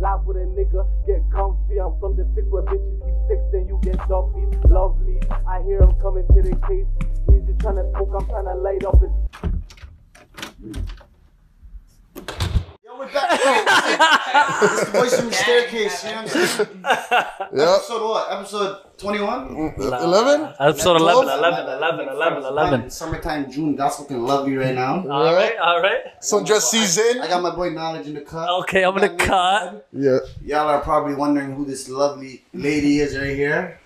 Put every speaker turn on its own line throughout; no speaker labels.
top with a nigga, get comfy. I'm from the six where bitches keep six, then you get dumpy. Lovely, I hear him coming to the case. He's just trying to smoke, I'm trying to light up his.
Yo, we're back. it's the boys from the staircase. You know what I'm saying?
Yep.
Episode what? Episode 21?
e- Eleven.
Episode 11, 11, 11, 11, 11.
It's Summertime, June. That's fucking lovely right now.
All right, all right.
Sundress
I
season.
got my boy Knowledge in the cut.
Okay, I'm gonna cut.
Yeah.
Y'all are probably wondering who this lovely lady is right here.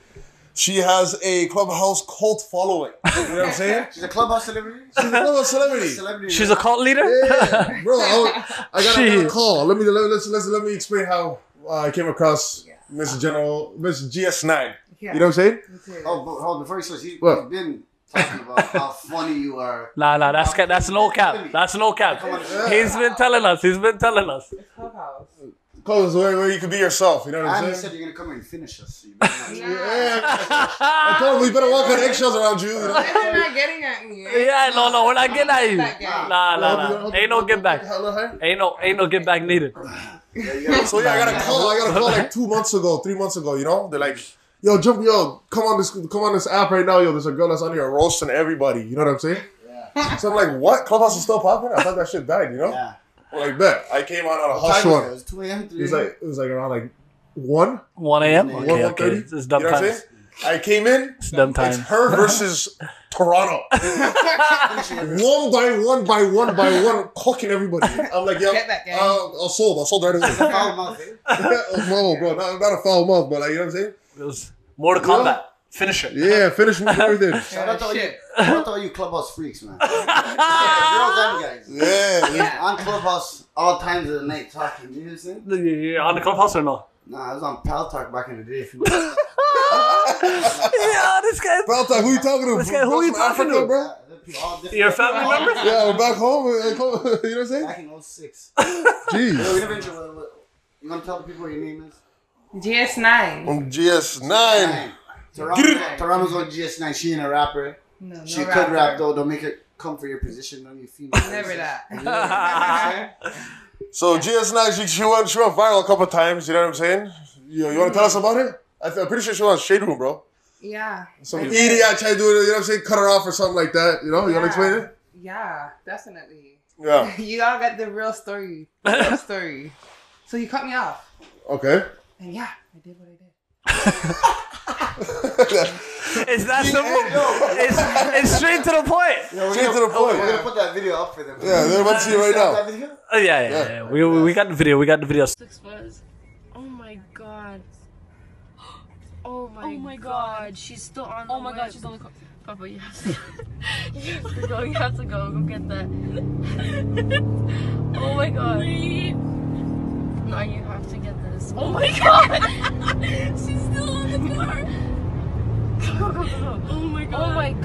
She has a clubhouse cult following. You know what I'm saying?
She's a clubhouse celebrity.
She's a clubhouse celebrity.
Celebrity.
She's a cult leader?
Yeah, bro. I, I, got, I got a
Shit.
call. Let me let, let's, let's, let me explain how uh, I came across Mr. General, Mr. GS9.
Yeah.
You know what I'm saying?
Oh, but hold on. Before you start, he-
What?
he's been talking about how funny you are.
Nah, nah, that's ca- that's no cap. That's no cap. He's been telling us. He's been telling us.
It's Clubhouse.
Close where, where you could be yourself. You know
And
what I'm
he said
saying?
you're gonna come here and finish us. So you better not-
Yeah. I told him we better walk on eggshells around you. you know?
They're not getting at me.
Yeah, no, no, we're not getting at you.
That guy.
Nah, nah, nah. Ain't no get back.
Hello, hi.
Ain't no, ain't no get back needed.
Yeah, you gotta-
So yeah, I got a call. I got a call like two months ago, three months ago. You know, they're like, "Yo, jump, yo, come on this, come on this app right now, yo." There's a girl that's on here roasting everybody. You know what I'm saying? So I'm like, "What? Clubhouse is still popping?" I thought that shit died. You know?
Yeah.
Like that. I came out on a
What
hush
time was it? It
one.
was 2 a.m.
It was like it was like around like one,
1 a.m.
one,
Okay,
one
okay.
thirty.
It's it's dumb
you know what I'm
times.
saying? I came in.
It's dumb
It's
times.
her versus Toronto. one by one by one by one, cocking everybody. I'm like, yo,
Get that
uh,
gang.
I'll sold. I'll sold right away.
Foul mouth, eh?
no, bro, not, not a foul mouth, but like, you know what I'm saying?
It was Mortal Kombat. Finisher.
Yeah, finish me and everything.
Shout out to all you,
Shit.
shout out to all you clubhouse freaks, man. yeah, girls and guys.
Yeah, yeah.
On clubhouse all times of the night talking. You know what I'm saying?
You- you on the clubhouse or no?
Nah, I was on Pal Talk back in the day. If you want.
Yeah, this guy.
Bro, I'm like, who you talking to?
This guy, who
Bro,
you
from
talking
Africa,
to?
bro?
Your family members?
Yeah, I'm back home. uh, come- You know what I'm saying?
Back in 06. Yo, we
Jeez.
never intro- what- what- You want to tell the people what your name is?
GS9.
I'm GS9.
Um,
Nine. Toronto, Toronto's on GS9. She ain't a rapper.
No, no
She
rapper.
could rap though. Don't make it come for your position. Don't you female?
Never that.
So GS9, she, she, went, she went viral a couple of times. You know what I'm saying? You, you want to tell us about it? I th- I'm pretty sure she was on Shade Room, bro.
Yeah.
Some idiot tried to do it. You know what I'm saying? Cut her off or something like that. You know? You want to explain it?
Yeah, definitely.
Yeah.
You all got the real story. The real story. So you cut me off.
Okay.
And yeah, I did what I did.
Is that simple? It's, it's straight to the point.
Yo, we're
Straight
gonna- oh,
to the point.
We're gonna put that video up for them.
Yeah, they're about to see it right
That
now.
video?
Oh, yeah, yeah, yeah. We, we we got the video. We got the video.
Six was. Oh my god. Oh my, oh my god. she's still on. Oh my god, she's on the. Co- Papa, you have to. you have to go. You have to go. Go get that. oh my god. No, you have to get this. Oh my god. she's still on the car. Go go go go. Oh my god. Oh my god.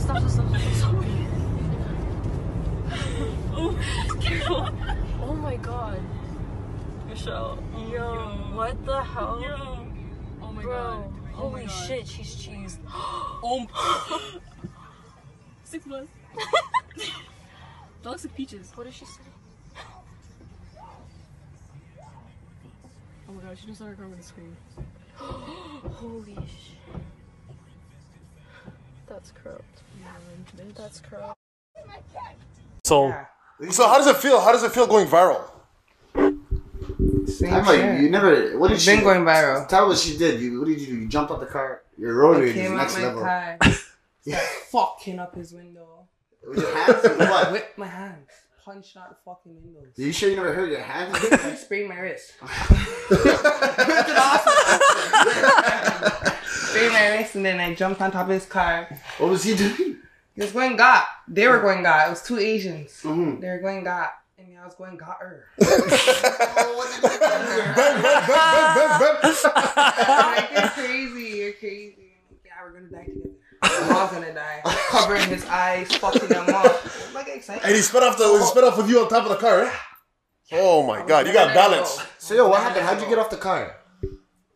Stop! Stop! Stop! stop, stop. Oh, careful. Oh my god.
Michelle.
Yo, what the hell?
Yo. Oh my
Bro,
god. Oh
holy
my god.
shit, she's cheesed.
Oh my Six months. that looks like peaches.
What is she saying?
Oh my god, she just let her go over the screen.
Holy shit. That's corrupt. That's corrupt.
So,
So how does it feel? How does it feel going viral?
Same
I'm like, you
shit.
never. What did
It's
she?
been going viral.
Tell what she did. You. What did you do? You jumped out the car. Your
I
rotary is
came out
next
my
level.
car. Started fucking up his window.
With your hands. or what?
Whipped my hands. Punched out the fucking windows.
Are you sure you never heard your hands?
Sprained my wrist. Sprained my wrist and then I jumped on top of his car.
what was he doing?
He was going got. They
Mm.
were going got. It was two Asians.
Mm-hmm.
Hmm.
They were going got. And I was going got her. and
Oh, what did he do?
I'm like, you're crazy. You're crazy. I'm like, yeah, we're going to die together. We're all going to die. Covering his eyes, fucking them up. I'm like
And
excited.
he sped off the he sped off with you on top of the car, eh? right? Oh my god, you got balance.
So yo, what happened? How'd you get off the car?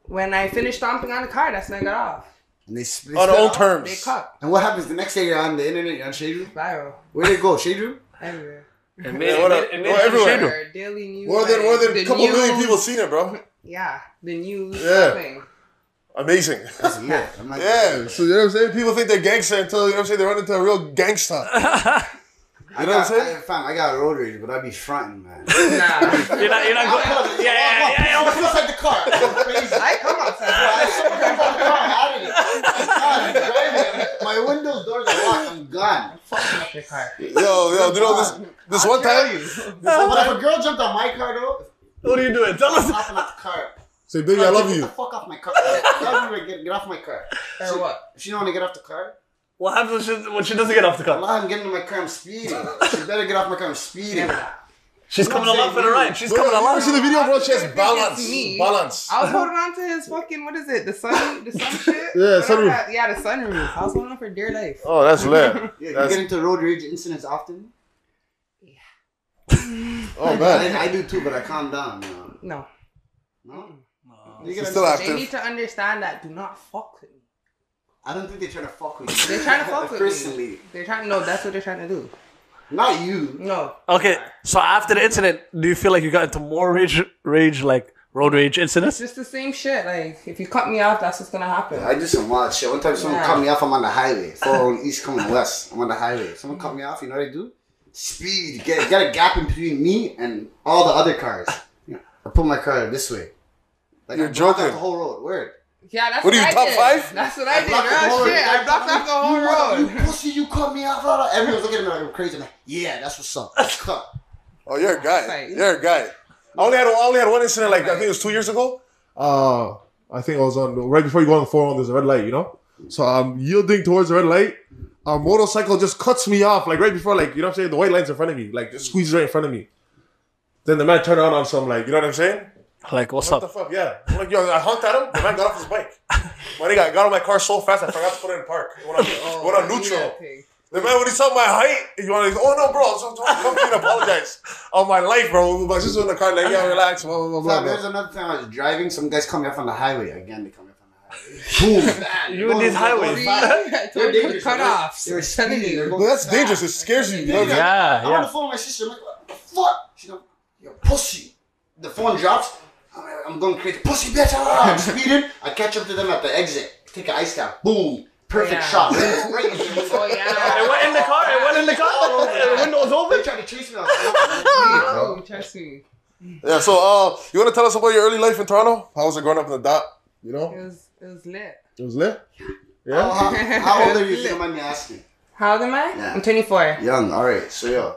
When I finished stomping on the car, that's when I got off.
And they "Oh." split.
On own
They
terms.
cut.
And what happens the next day? You're on the internet. You're on Shade Room.
Viral.
Where'd it go? Shade Room.
Everywhere.
It made,
Yeah, what
it
up?
made, it
Oh,
made
everywhere.
Crusader.
Our Daily news.
More than more than
the
a couple million
news-
people seen it, bro.
Yeah, the news.
Yeah.
Thing.
Amazing.
That's lit. I'm like,
Yeah, so you know what I'm saying? People think they're gangster until you know what I'm saying they run into a real gangster.
I
You know what
got,
I'm saying?
I, fam, I got a rotary, but I be fronting, man.
Nah,
You're not, you're not going. Yeah, yeah, yeah. yeah.
I'm outside the car. I'm crazy.
I come
I
outside.
saw the car out of it. I'm gone. I'm driving. My windows, doors are locked. I'm gone.
Fucking up your car.
Yo, yo, you know this this one time.
But if a girl jumped on my car, though,
What are you doing? Tell
I'm
us.
hopping off the car.
Say, baby, I love
Get the
you.
fuck off my car. I love you, but Get, get off my car.
Or what?
If she don't want to get off the car,
What happens when she, when she doesn't get off the car?
Allah, I'm getting in my car. I'm speeding. She better get off my car. I'm speeding.
She's coming along for the ride. She's
Bro,
coming
you ever
along.
see the video, bro? She has
If it's
balance,
me,
balance.
I was holding on to his fucking what is it? The sun, the sun shit.
Yeah,
Whatever
sunroof.
that- Yeah, the sunroof. I was holding on for dear life.
Oh, that's lit.
Yeah, you
That's-
get into road rage incidents often.
Oh man,
I, I do too, but I calm down. You know?
No,
No? You get
she's
into-
still
they need
active.
to understand that. Do not fuck with me.
I don't think they're trying to fuck with you.
They're trying to fuck with
Personally.
me. They're trying. No, that's what they're trying to do.
Not you.
No,
Okay, so after the incident, do you feel like you got into more rage, rage like road rage
it's
incidents?
just the same shit. Like if you cut me off, that's what's gonna happen.
I do some wild shit. One time someone
Yeah.
cut me off, I'm on the highway. Four on east coming west. I'm on the highway. Someone cut me off, you know what I do? Speed. Get, get a gap in between me and all the other cars. I put my car this way. Like
You're
I blocked
joking.
off the whole road. Word.
Yeah, that's
What
what,
are you,
I
top
did.
five?
That's what I, did.
blocked the
Real
whole road.
shit. I blocked off the whole
you,
road.
You pussy, you cut me off. blah, blah. Everyone's looking at me like I'm crazy. I'm like, yeah, that's what's up. That's cut.
Oh, you're a guy.
Right.
You're a guy. I only had I only had one incident. Like I think it was two years ago. Uh, I think I was on right before you go on the four on. There's a red light, you know. So I'm yielding towards the red light. A motorcycle just cuts me off, like right before, like you know what I'm saying. The white line's in front of me, like just squeezes right in front of me. Then the man turned around on some, like you know what I'm saying.
Like, what's
What the
up?
fuck? Yeah. I'm like, yo, I honked at him. The man got off his bike. My nigga, I got on my car so fast, I forgot to put it in park. It went on, it went on neutral. The man, when he saw my height, he wanted to go, oh no, bro, I'm so sorry. Come here and apologize. On my life, bro. My sister in the car, like, yeah, relax, blah, blah, blah,
Nah,
blah.
there's
blah.
another time I was driving. Some guys cut me off on the highway. Again, they cut me off on the highway. Boom. Bang.
You in
Going-
these
going
highways.
fast. They're dangerous.
Cut offs.
They're speeding.
Oh,
They're going
But that's
fast.
dangerous. It scares you. you know?
Yeah.
I'm on the phone with my sister. I'm like, what the fuck? She goes, you're pussy. The phone drops. I'm, like, I'm going crazy. Pussy bitch. Ah, I'm speeding. I catch up to them at the exit. Take an ice cap. Boom. Perfect
Yeah.
shot. Right in the
Oh
face.
It
yeah.
went in the car. It went in the car. The window was
Oh, They
open.
tried to chase me. I was like,
Oh, trust me.
Yeah, so uh, you want to tell us about your early life in Toronto? How was it growing up in the dot? You
It
know?
was it was lit.
It was lit?
how, how-
Yeah?
how old are you? if You don't mind me asking.
How old am I?
Yeah.
I'm 24.
Young. All right. So yo,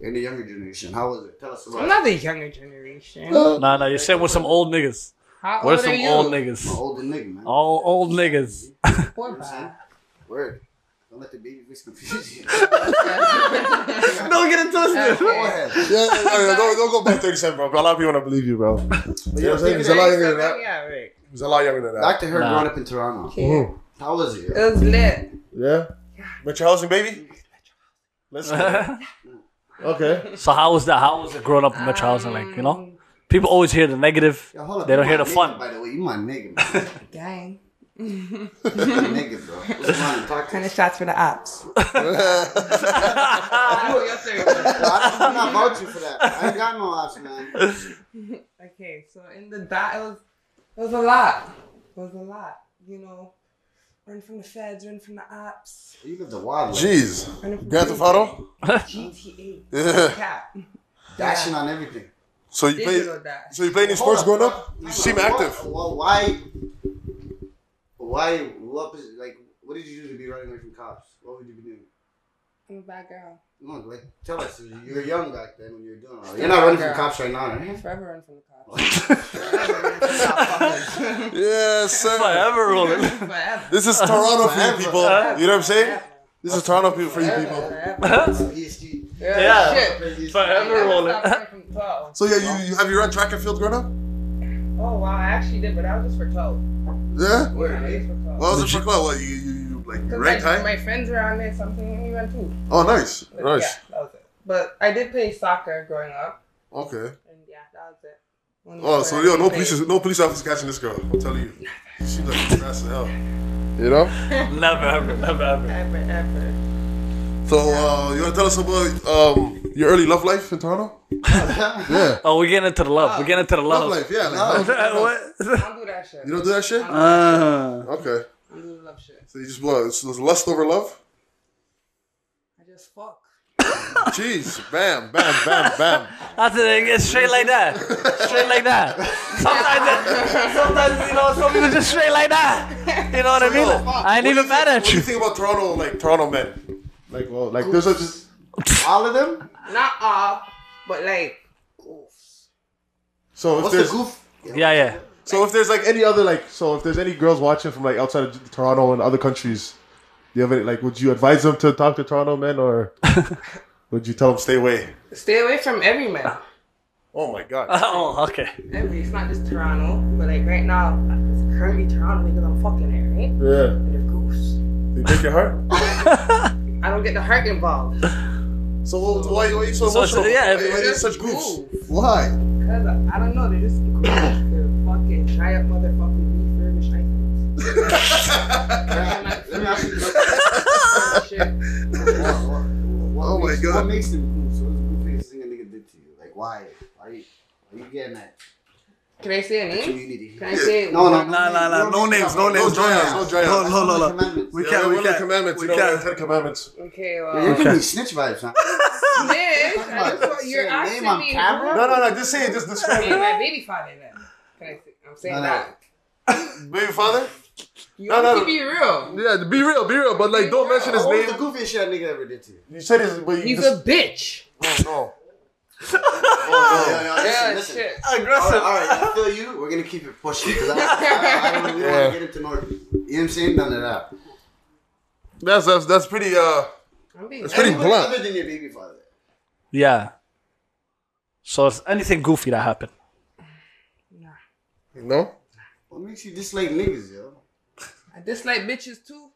you're in the younger generation. How was it? Tell us about.
I'm
it.
not the younger generation.
Nah, nah, you're sitting with some old niggas.
How
What
old
are some
are you?
old
I'm an
niggas?
older nigga, man.
All old niggas.
Poor
I'm saying?
guy.
Word. Don't let the baby voice confuse you.
Don't get into this. dude.
Forehead.
Yeah, yeah, yeah, yeah. Don't, don't go by 37, bro. A lot of people don't believe you, bro. You know what I'm saying? He's a lot younger than that.
Yeah, right.
He's a lot younger than that.
Back to her
Nah.
growing up in Toronto.
Mhm.
How was it? yo?
It was lit.
Yeah. Metro housing, baby. Let's go. okay.
So how was that? How was it growing up in Metro housing? Like, you know, people always hear the negative.
Yo, hold up.
They don't
you
hear
my
the
nigga,
fun.
By the way, you my nigga, man.
Gang.
You my nigga, bro. What's wrong? Talk to
Kind
me.
of shots for the ops.
Ah.
I'm not about you for that. I ain't got no ops, man.
Okay, so in the dot, it was, it was a lot. It was a lot. You know, run from the feds, run from the ops,
You lived a wild life.
Jeez.
run from
Grand Theft Auto?
GTA.
Yeah.
Cap.
Dashing on everything.
So you play
Digital dash.
so you play any
Hold
sports
up.
growing up? You
Hold
seem
up.
active.
What- Well, why? Why? What was like? What did you do to be running away from cops? What would you be doing?
I'm a bad girl.
No, like tell us. You were young back then when you were doing all that. You're not running from
Yeah.
cops right now,
I'm
right?
forever run from the cops. Forever run from the cops.
Yes, sir.
Forever rolling.
Forever.
This is Toronto for you
Forever.
people. You know what I'm saying?
Forever.
This is Toronto people for you people.
Forever.
PSG.
Yeah.
Shit.
Forever
I
rolling.
stopped running from 12.
So yeah, you, you have you run track and field growing up?
Oh wow, I actually did, but I was just for 12.
Yeah?
I was just for
What
12.
was it for club? What you you, you like you
Because,
ranked
like,
high?
My friends were on there, something, we went too.
Oh nice.
But,
Nice.
Yeah, that was it. But I did play soccer growing up,
Okay.
and yeah, that was it. Only
Oh,
sport
so
I
yo, no
really
police
played.
no police officer catching this girl. I'm telling you. She's like fast as hell. You know?
Never, ever, never, ever.
Ever, ever.
So uh, you want to tell us about um, Your early love life in Toronto? yeah.
Oh, we're getting into the love. We're getting into the
Love
love.
life, yeah. Like,
what?
I don't do that shit.
You don't do that shit?
Uh,
Okay.
I don't do love shit.
So you just blow. It's it's lust over love?
I just fuck.
Jeez. Bam, bam, bam, bam.
that's it. It gets straight like that. Straight like that. Sometimes, it, sometimes you know, some people just straight like that. You know what I mean? I
Oh, What
ain't
do you
even mad
think- What
at
do you
you.
think about Toronto, like Toronto men? Like, well, like there's a just
All of them?
Not all, but like, oof.
so if
What's the
there's
goof?
Yeah, yeah.
so if there's like any other like so if there's any girls watching from like outside of Toronto and other countries, do you have any like would you advise them to talk to Toronto men or would you tell them stay away?
Stay away from every man.
Oh my god.
Oh, okay.
Every, it's not just Toronto, but like right now, it's currently Toronto niggas I'm fucking here, right?
Yeah.
They're goofs.
You break your heart?
I don't get the heart involved.
So wh- why, why are you so
So, so,
emotional? why,
yeah,
why are you such goofs?
Goof.
Why?
Cause I I don't know, they're just goofs. They're fucking shy up motherfucking refurbished icons.
Let me ask you a question.
Shit.
What- what- what
Oh my
makes-
God.
What makes them goof? So what does goofy thing a nigga did to you? Like why? Why you, why you getting that
Can I say a name?
community?
Can I say
No, no,
Nah, nah, nah. No names, no names, no
dry
names.
ass, no dry ass.
No, no, no, no.
Commandments.
We
Yeah,
can't,
one
we
of
can't.
the commandments,
we
you know, one of
can't.
the Ten Commandments.
Okay,
You're
well.
giving me snitch vibes, man.
Bitch, I just want, you're
Say a name
asking
on
me.
camera?
who-
No, no, no, just say it, just describe
I mean,
it.
my baby father then. Can I say, I'm saying
No, no.
that.
Baby father?
You
No,
have
no,
to
no.
be real.
Yeah, be real, be real, but like don't mention his
What was the
name.
goofiest shit a nigga ever did to you?
You said his, but you
He's
just,
a bitch.
oh, no.
Oh, yo, yo, listen,
Yeah,
listen.
shit.
All
Aggressive.
right, all right, I feel you. We're gonna keep it pushing because I, I, I don't really
Yeah.
want to get into North. You know what I'm saying? None of that.
That's that's that's pretty. Uh,
I'm being
It's pretty
Everybody
blunt.
Other than your baby father.
Yeah. So it's anything goofy that happened.
no.
What makes you dislike niggas, yo?
I dislike bitches too.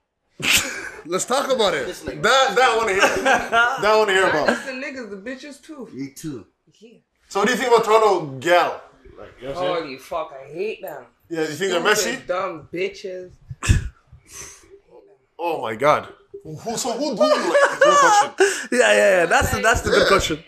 Let's talk about it.
This nigga.
That that I want to hear. that I want to hear
Not
Oh.
about.
just the niggas, the bitches too.
Me too.
Yeah.
So what do you think about Toronto gal?
Holy fuck, I hate them.
Yeah, you think they're messy?
Stupid, Dumb bitches.
Oh my god. Who, so who do you like? Good question.
Yeah, yeah, yeah. That's the, that's the big question.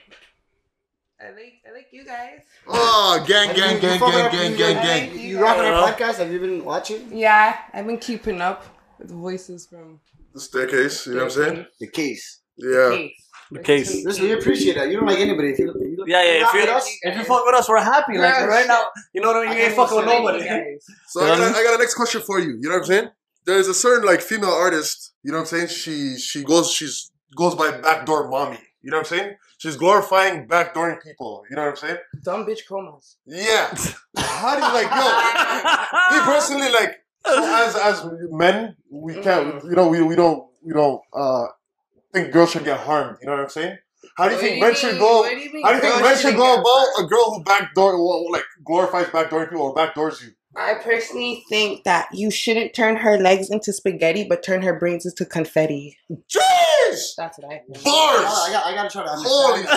I like, I like you guys.
Oh, gang, gang,
You
gang,
fucking
gang,
up-
gang,
you-
gang,
you-
gang.
You rocking our podcast? Have you been watching?
Yeah, I've been keeping up with voices from
The staircase. You know what I'm saying?
The case.
Yeah.
Case.
The case.
Listen, we appreciate that. You don't like anybody. If you, you
Yeah, yeah. If
rock
you
with us,
if you fuck with us, we're happy. Like
Yeah,
right
shit.
now, you know what I mean. You ain't fucking with
I like you
nobody.
guys.
So I got, I got a next question for you. You know what I'm saying? There's a certain like female artist. You know what I'm saying? She she goes she's goes by backdoor mommy. You know what I'm saying? She's glorifying backdooring people. You know what I'm saying?
Dumb bitch chromas.
Yeah. How do you like yo? Me personally, like so as as men, we can't.
Mm-hmm.
You know, we we don't we don't uh think girls should get harmed. You know what I'm saying? How do you
What
think
do
men
you
should
mean?
go?
What do you mean
How do you think
girls
men
should
should
get
go
harmed?
about a girl who backdoor well, like glorifies backdooring people or backdoors you?
I personally think that you shouldn't turn her legs into spaghetti, but turn her brains into confetti.
Jeez!
That's what I think.
I, Oh, I,
Bars!
got, I gotta try to understand.
Holy shit.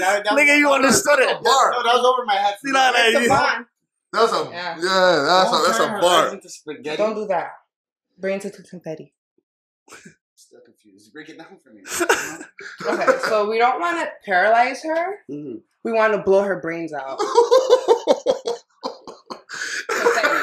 That- that-
Nigga, you understood it.
that- No, that was over my head.
See, nah, nah,
It's a
you-
bar.
That's a yeah.
Yeah.
that's
Don't
a that's
turn
a
her eyes
bar.
into spaghetti.
Don't do that. Brains into confetti.
Still confused. Break it down for me.
Okay, so we don't want to paralyze her.
Mm-hmm.
Mhm.
We want to blow her brains out.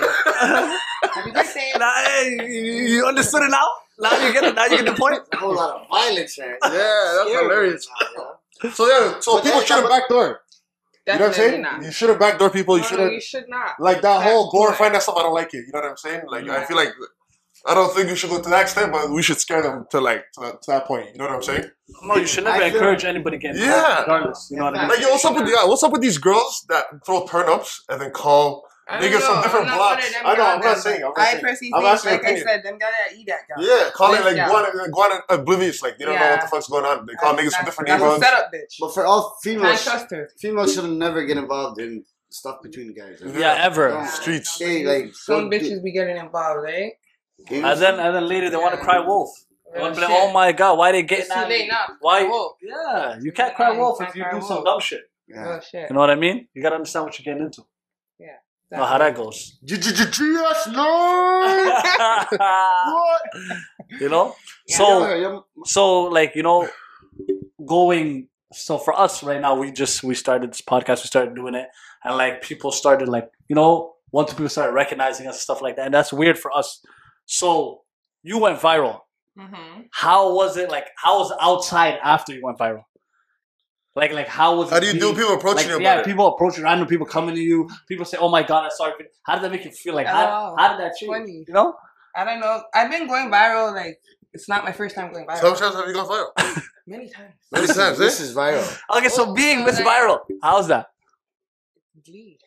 Happy birthday.
Nah, hey, you you understood it now. Now you get it. Now you get the point.
A whole lot of violence here.
yeah, that's
Scary.
hilarious.
Yeah.
So yeah, so
But
people
that-
shouldn't backdoor. You know what I'm
Definitely
saying?
not.
You shouldn't backdoor people. You
No, no,
shouldn't
you should not.
like that
That's
whole glorifying
right.
that stuff. I don't like it. You know what I'm saying? Like I feel like I don't think we should go to that extent, but we should scare them to like to that, to that point. You know what I'm saying?
No, you should never
I feel-
encourage anybody getting
Yeah.
hurt, regardless. You know what I mean?
Like yo, what's up with the, what's up with these girls that throw turn ups and then call
I don't
niggas
know.
from
I'm
different
not
blocks?
one of them
I know. I'm not
goddamn-
saying. I'm not
I
saying.
personally
I'm
think,
asking
like
your
I
opinion.
said, them gotta eat that guy.
Yeah, calling
Yes,
like
yeah.
guana, guana oblivious, like they don't know what the
Yeah.
fuck's going on. They call niggas from different neighborhoods.
That's a setup, bitch.
But for all
Can't
females,
trust her.
females should never get involved in stuff between guys. Like,
Yeah, ever.
don't
Streets.
Stay like don't
Some
do-
bitches be getting involved, right?
you know what
And then and then later they want to cry wolf. They
Real
want to be like,
shit.
oh my god, why they getting
It's too
at
late
me?
now.
Why?
Whoa.
Yeah, you can't
Yeah,
cry
you
wolf
can't
if you
cry
do some
wolf.
dumb shit.
I'm
Oh,
saying?
shit.
You know what I mean? You gotta understand what you're getting into. Know how that goes.
Yeah. G-G-G-G-S, no! What?
you know.
Yeah,
So
yeah, yeah.
so like you know, going so for us right now, we just we started this podcast, we started doing it, and like people started like you know once people started recognizing us and stuff like that, and that's weird for us. So you went viral.
Mm-hmm.
How was it like? How was outside after you went viral? Like like how was
How
it
do you
being-
do people approaching you
like,
about
yeah,
it?
people approach you, random people coming to you. People say, "Oh my god, I saw your video." How did that make you feel? Like, how,
Oh,
how did that change?
funny.
You know?
I don't know. I've been going viral. Like it's not my first time going viral.
Sometimes have you gone viral?
Many times.
Many times,
this
eh?
is viral.
Okay, so being Miss Viral, how's that?
Glee.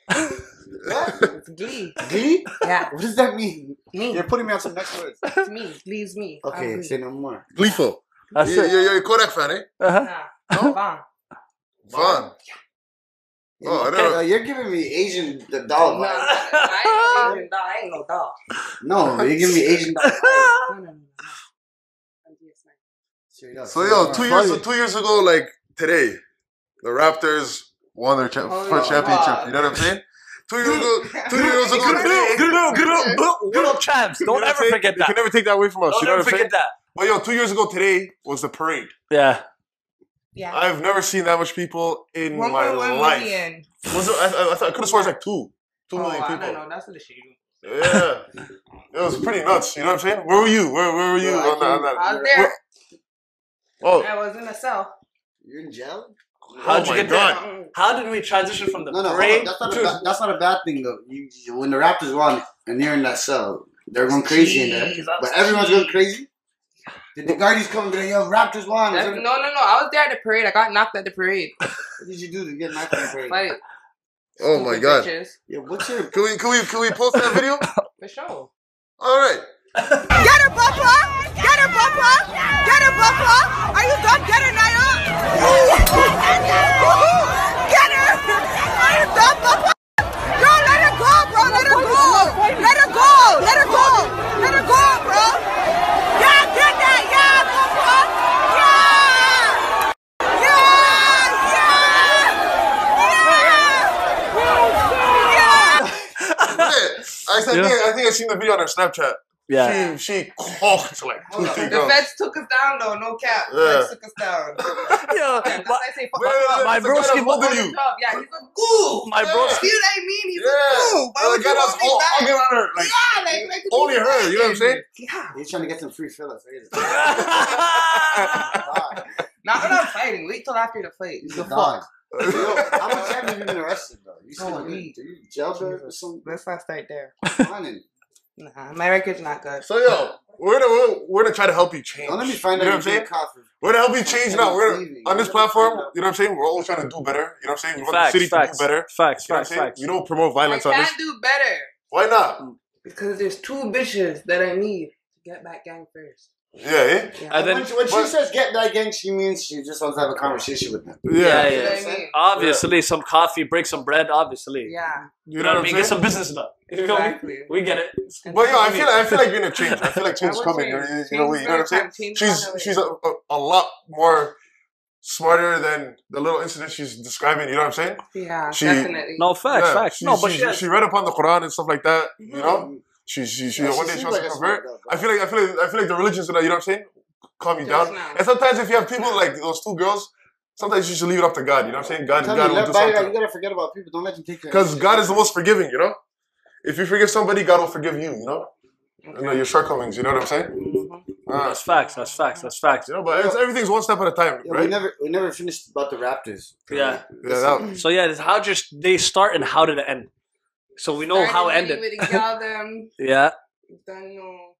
What?
It's Glee.
Glee?
Yeah,
What does that mean?
me.
You're putting me on some next words.
It's me. Glee's me. I'm
Okay,
Glee.
Um,
say no more.
Gleeful.
That's
You-
it.
You're, you're a Kodak fan, eh?
Uh-huh.
Nah.
No?
Vaughn.
Vaughn. Oh, I
Uh,
don't know.
you're giving me Asian the
Oh,
doll.
No,
vibes.
I ain't even dog. I ain't no dog.
No, you're giving me Asian doll. vibes.
No, no, no, no, no. I'm DS9.
Straight up.
So yo, two
Funny.
years two years ago, like today, the Raptors won their cha-
Oh,
first
yeah.
championship. You know what I'm saying? Two years ago, two years ago
Good
today.
old, good old, good old, good old champs.
You know
Don't
what I'm
ever
saying?
forget
You
that.
can never take that away from us.
Don't
you know
ever
what I'm saying?
forget that.
But yo, two years ago today was the parade.
Yeah.
Yeah.
I've never seen that much people in my
1.1
life.
million.
Was it, I, I, I, thought- I could have sworn it's like two, two
Oh,
million
I
people.
don't know. That's the shit you
Yeah, it was pretty nuts. You know what I'm saying? Where were you? Where, where were you
Yeah, I
on, that, on
do. I was
that?
there.
Oh,
I was in a cell.
You're in jail?
How'd
Oh
you
my
get
God.
there? How did we transition from the
No, no, hold on.
parade
that's, not a
to
bad, that's not a bad thing though. You, you- when the Raptors won and you're in that cell, they're going crazy in there.
Jeez,
But
that's
everyone's going
cheap.
crazy. Did the Guardians come and be like, yo, Raptors won?
That's- no, no, no. I was there at the parade. I got knocked at the parade.
What did you do to get knocked in the parade?
Like,
oh my
stupid
God!
bitches.
Yeah, what's your
Can we can we can we post that video?
For sure.
All right.
Get her, Papa! Get her, Papa! Get her, Papa! Are you done? Get her, Naya! Woohoo! Get her! Are you done, Papa? Yo, let her go, bro! Let her go! Let her go! Let her go! Let her go, bro! Yeah, get that! Yeah, Papa! Yeah! Yeah! Yeah! Yeah! Yeah!
I, I, think, I think I seen the video on her Snapchat.
Yeah.
She she conked like two three
The
girls.
feds took us down though, no cap. The
Yeah.
feds took us down.
Yo,
That's
my,
why I say fuck
Wait, wait,
him up.
wait,
my
it's a guy
broski
that's older
won't
Fuck
than
him
you.
up. Yeah, he's a ghoul.
my bro.
See what I mean? He's
Yeah,
a ghoul. Why
the
would
guy
you
that's
want me
all
back?
hugging on her like
Yeah, like, like
only her. You know what I'm saying?
Yeah.
He's trying to get some free fill-ups. Look at this. Dog.
Not when I'm fighting. Wait till after the fight.
He's a dog. Yo, how much time have you been arrested, though? You still
Oh,
in-
me.
are you jailed or something?
Let's not start there.
Running.
Nah, my record's not good.
So yo, we're gonna we're, we're gonna try to help you change.
Don't let me find
you know
out
what
you're
I'm saying?
being caught for
We're gonna help you change now. We're gonna,
Leaving.
on this
Don't let me
platform.
find out.
You know what I'm saying? We're always trying to do better. You know what I'm saying? We want
Facts,
the city
facts,
to do better.
facts,
You know what I'm
facts,
saying?
facts.
We don't promote
I
violence on
can
this.
do better
Why not?
Mm.
because there's two bitches that I need to get back gang first.
Yeah, eh?
Yeah.
And then,
when she, when she
but-
says get that gang, she means she just wants to have a conversation with them.
yeah,
yeah.
You know
yeah.
what I mean?
Obviously, some coffee, break some bread. Obviously,
Yeah,
You
you
know
know what I
what
mean.
I'm
Get
saying?
some business done. You feel me?
exactly.
We get it.
But yo, I feel like, I feel like you're gonna change. I feel like change is
would
coming.
change.
You know, you know, you
Change is
know what I'm
gonna
saying?
come. Change
She's
is on the
she's
way.
a, a, a lot more smarter than the little incident she's describing. You know what I'm saying?
Yeah,
She-
definitely.
No facts,
Yeah,
facts.
She,
no, but
she,
she, has-
she read upon the Quran and stuff like that. You know, she she, she
Mm-hmm. Yeah, she
one day she
seems
wants
like
to
a
convert.
smart girl.
I feel like I feel like I feel like the religions that you know what I'm saying calm you
Just
down.
now.
And sometimes if you have people like those two girls, sometimes you should leave it up to God. You know what I'm saying? God,
Tell
God
me,
will
let
do
body, you
something.
gotta forget about people. Don't let them take your
Because God is the most forgiving. You know, if you forgive somebody, God will forgive you. You know, you know your shortcomings. You know what I'm saying? Uh,
that's facts. That's facts. That's facts.
you know, but it's, everything's one step at a time,
Yeah, We
right?
never we never finished about the Raptors.
Yeah.
Yeah, that,
So yeah, how did they start and how did it end? So we know how it ended.
With them,
Yeah.
done, you know,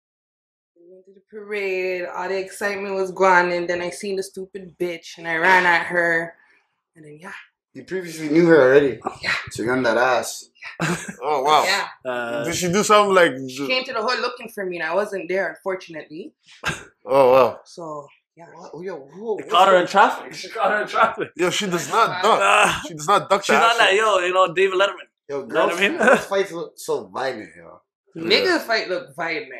we went to the parade. All the excitement was gone, and then I seen the stupid bitch, and I ran at her, and then yeah,
You previously knew her already. So you're on that ass.
oh wow.
yeah,
Uh,
Did she do something like?
she came to the hood looking for me, and I wasn't there, unfortunately.
Oh wow.
So yeah,
What? Yo, who?
they caught her in traffic. She caught her in traffic.
Yo, she does not duck.
Uh,
She does not duck.
she's not
that.
like yo, you know, David Letterman.
Yo,
know
girls,
what I mean?
girls fights look so violent, yo.
niggas fight look violent.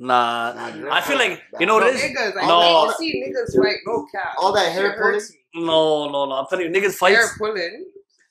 Nah,
Nah,
I feel like you know what it is.
Niggas, I
No.
hate to see niggas fight. No cap.
All that hair
Shit hurts me.
No, no, no. I'm telling you, niggas
Hair
fights.
pulling.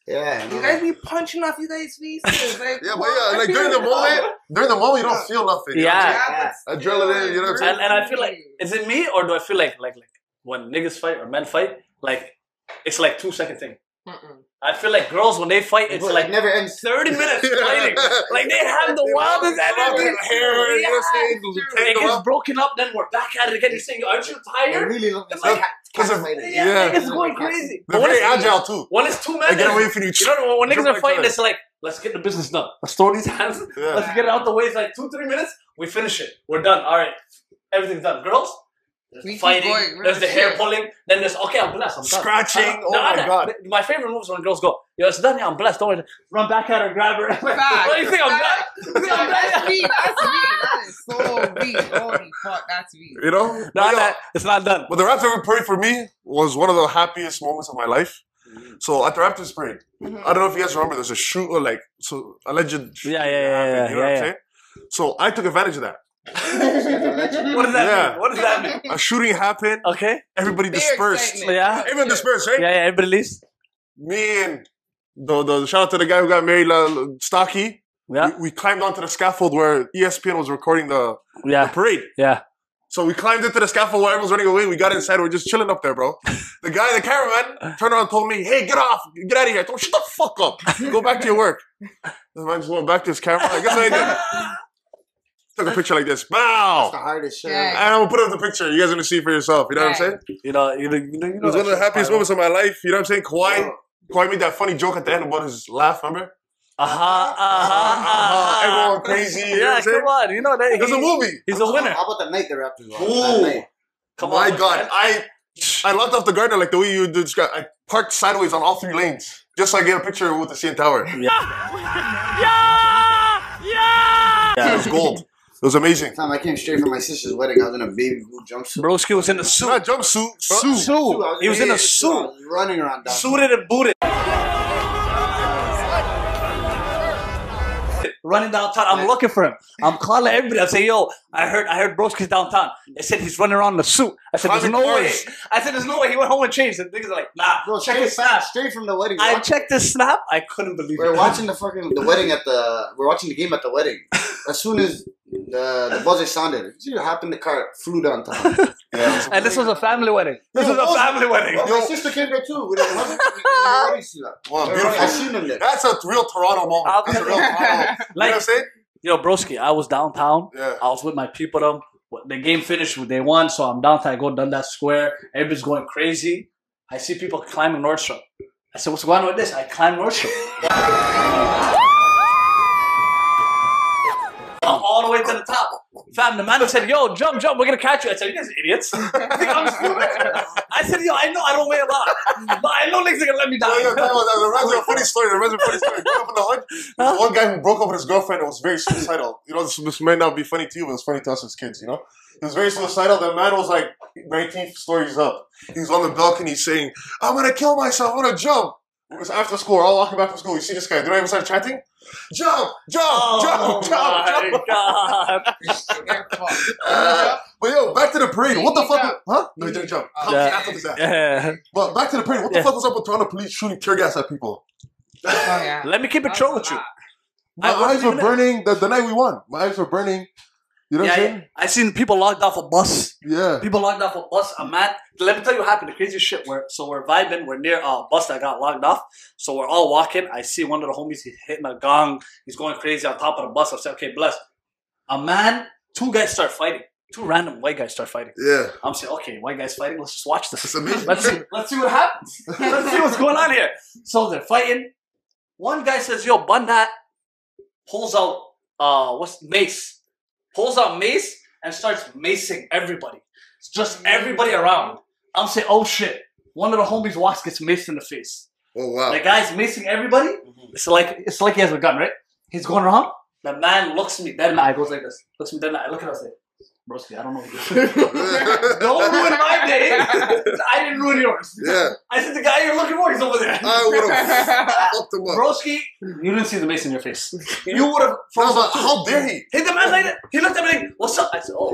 Yeah. I know.
You guys be punching off you guys' faces. Like,
Yeah, but
what?
yeah, like during the moment, during the moment, you don't feel nothing. you know what I'm
Yeah.
saying?
Yeah, but still,
Adrenaline, you know what I'm
it
saying?
And, and I feel like
hurts
is
me.
it me or do I feel like like like when niggas fight or men fight like it's like two second thing.
Mm-mm.
I feel like girls when they fight, it's
But
like
it never ends.
thirty minutes fighting. Like they have the wildest energy.
Hair, you know what I'm saying?
It
Tangle
gets
up.
broken up, then we're back at it again. You're saying, aren't you
I
tired?
really love this.
Like,
Cat
of-
fighting.
Yeah,
Yeah.
niggas going crazy.
They're
when
very
it's-
agile too.
When it's two
They
men,
get away from you.
you know, when niggas
Jump
are
back
fighting,
on it.
it's like, let's get the business done. Let's throw these hands.
Yeah.
Let's get it out the way. It's like two, three minutes. We finish it. We're done. All right, everything's done. Girls, there's
We
the
keep
fighting.
going, real
there's the hair
shit.
pulling. Then there's okay, I'm blessed. I'm done.
Scratching.
I don't-
Oh my
I don't-
God.
My favorite moves when girls go, yo, it's done. Yeah, I'm blessed. Don't worry. Run back at her, grab her. what do you think? I'm done.
Facts. That's me. That's me. That is so weak. Holy fuck, that's me.
You know?
Not
But yo,
that. It's not done.
But the Raptors parade for me was one of the happiest moments of my life.
Mm-hmm.
So at the Raptors parade, I don't know if you guys remember, there's a shoot or like so alleged. shooting
yeah, yeah,
happened,
yeah,
You know what
yeah,
I'm
yeah.
saying? So I took advantage of that.
What does that
Yeah.
mean? What does that mean?
A shooting happened.
Okay.
Everybody
Their
dispersed.
excitement.
Yeah.
Everyone dispersed, right?
Yeah, yeah. Everybody leaves.
Me and the, the shout out to the guy who got married, uh, Stocky.
Yeah.
We, we climbed onto the scaffold where E ESPN was recording the, the
Yeah.
parade.
Yeah.
So we climbed into the scaffold while everyone's running away. We got inside. We're just chilling up there, bro. The guy, the cameraman, turned around and told me, "Hey, get off! Get out of here!" I told him, "Shut the fuck up! Go back to your work." The man just went back to his camera. I guess I did. Took a picture like this.
That's the
Bow.
hardest shit.
Yeah.
And I'm gonna put up the picture. You guys are gonna see for yourself. You know what I'm saying?
You know. You know. You know. You
It
know
was one of the
that's
happiest
fine.
moments of my life. You know what I'm saying? Kawhi, Kawhi made that funny joke at the end about his laugh. Remember?
Aha, aha, aha.
Everyone crazy. You know what
Yeah,
I'm saying?
come on. You know that
It was a
he-
movie.
he's a winner.
How about the night the Raptors lost?
Ooh.
That night.
Come
my
on.
God,
man.
I I locked off the garden like the way you described. I parked sideways on all three lanes just so I get a picture with the CN Tower.
Yeah.
Yeah, it was gold. It was amazing.
Time I came straight from my sister's wedding, I was in a baby blue jumpsuit.
Broski was in a suit.
Not jumpsuit,
Bro,
suit.
I
He was in a
I
suit.
was running around. down
Suited and booted. Running downtown, I'm looking for him. I'm calling everybody. I say, "Yo, I heard, I heard Broski's downtown." They said he's running around in a suit. I said, "There's
Private
no way."
parts.
I said, "There's no way." He went home and changed. And niggas are like, "Nah,
Bro,
check
straight
his
back,
snap."
straight from the wedding.
I
Watch-
checked his snap. I couldn't believe
we're
it.
watching the fucking the wedding at the we're watching the game at the wedding. As soon as the, the buzzer sounded, she hopped in the car, flew downtown.
Yeah.
And this was a family wedding. This
Yo,
was a
Broski-
family wedding.
Well, my sister came there too. We didn't have it. We didn't see that.
Oh,
Wow,
I
beautiful.
seen them there.
That's a real Toronto moment. That's a real Toronto. moment. You know what I'm
Like,
saying?
yo, broski, I was downtown.
Yeah.
I was with my people. Them. The game finished. They won, so I'm downtown. I go down that square. Everybody's going crazy. I see people climbing Nordstrom. I said, "What's going on with this?" I climb Nordstrom. I'm all the way to the top. Fam, the man who said, "Yo, jump, jump, we're gonna catch you." I said, "You guys are idiots." I think I'm stupid. I said, "Yo, I know I don't weigh a lot, but I know niggas are gonna let me down."
Oh, yeah, that was- that reminds me of a funny story. That reminds me of a funny story. Growing up in the hood,
Uh-huh.
there's one guy who broke up with his girlfriend and was very suicidal. You know, this, this may not be funny to you, but it's funny to us as kids, you know? He was very suicidal. The man was like 19 stories up. He was on the balcony saying, I'm gonna kill myself, I'm gonna jump. It was after school, we're all walking back from school. You see this guy, do I even start chanting? Jump, jump,
Oh
jump, jump,
my
jump.
god!
They're fucked.
Uh, but yo, back to the parade. What the
He
fuck?
jumped.
Huh? No, he didn't jump.
Oh,
How
yeah.
fast was that?
Yeah.
But back to the parade. What the
Yeah.
fuck was up with Toronto police shooting tear gas at people?
Oh, yeah.
Let me keep it
That's
true
a
with you.
lot.
My
I wasn't
eyes were
even there.
burning the, the night we won. My eyes were burning. You know
Yeah,
what I'm
yeah.
saying?
I seen people locked off a bus.
Yeah.
People locked off a bus. A man. Let me tell you what happened. The crazy shit. We're so we're vibing. We're near a bus that got locked off. So we're all walking. I see one of the homies. He's hitting a gong. He's going crazy on top of the bus. I said, "Okay, bless." A man. Two guys start fighting. Two random white guys start fighting.
Yeah.
I'm saying, "Okay, white guys fighting. Let's just watch this."
It's amazing.
Let's see. Let's see what happens. Let's see what's going on here. So they're fighting. One guy says, "Yo, bun that." Pulls out uh, what's mace? Pulls out mace and starts macing everybody. It's just everybody around. I'm saying, "Oh shit!" One of the homies walks gets maced in the face.
Oh Mm-hmm. wow.
The guy's macing everybody. It's like it's like he has a gun, right? He's going around. The man looks me dead in the eye, goes like this. Looks me dead in the eye. Look at us, like, broski. I don't know. What you're doing." Don't ruin my day. I didn't ruin yours.
yeah.
I said, the guy you're looking for, he's over there.
I would have fucked him up.
Broski, you didn't see the mace in your face. You would have.
No, but how dare he?
Hit the man like that. He looked at me like, what's up? I said, oh,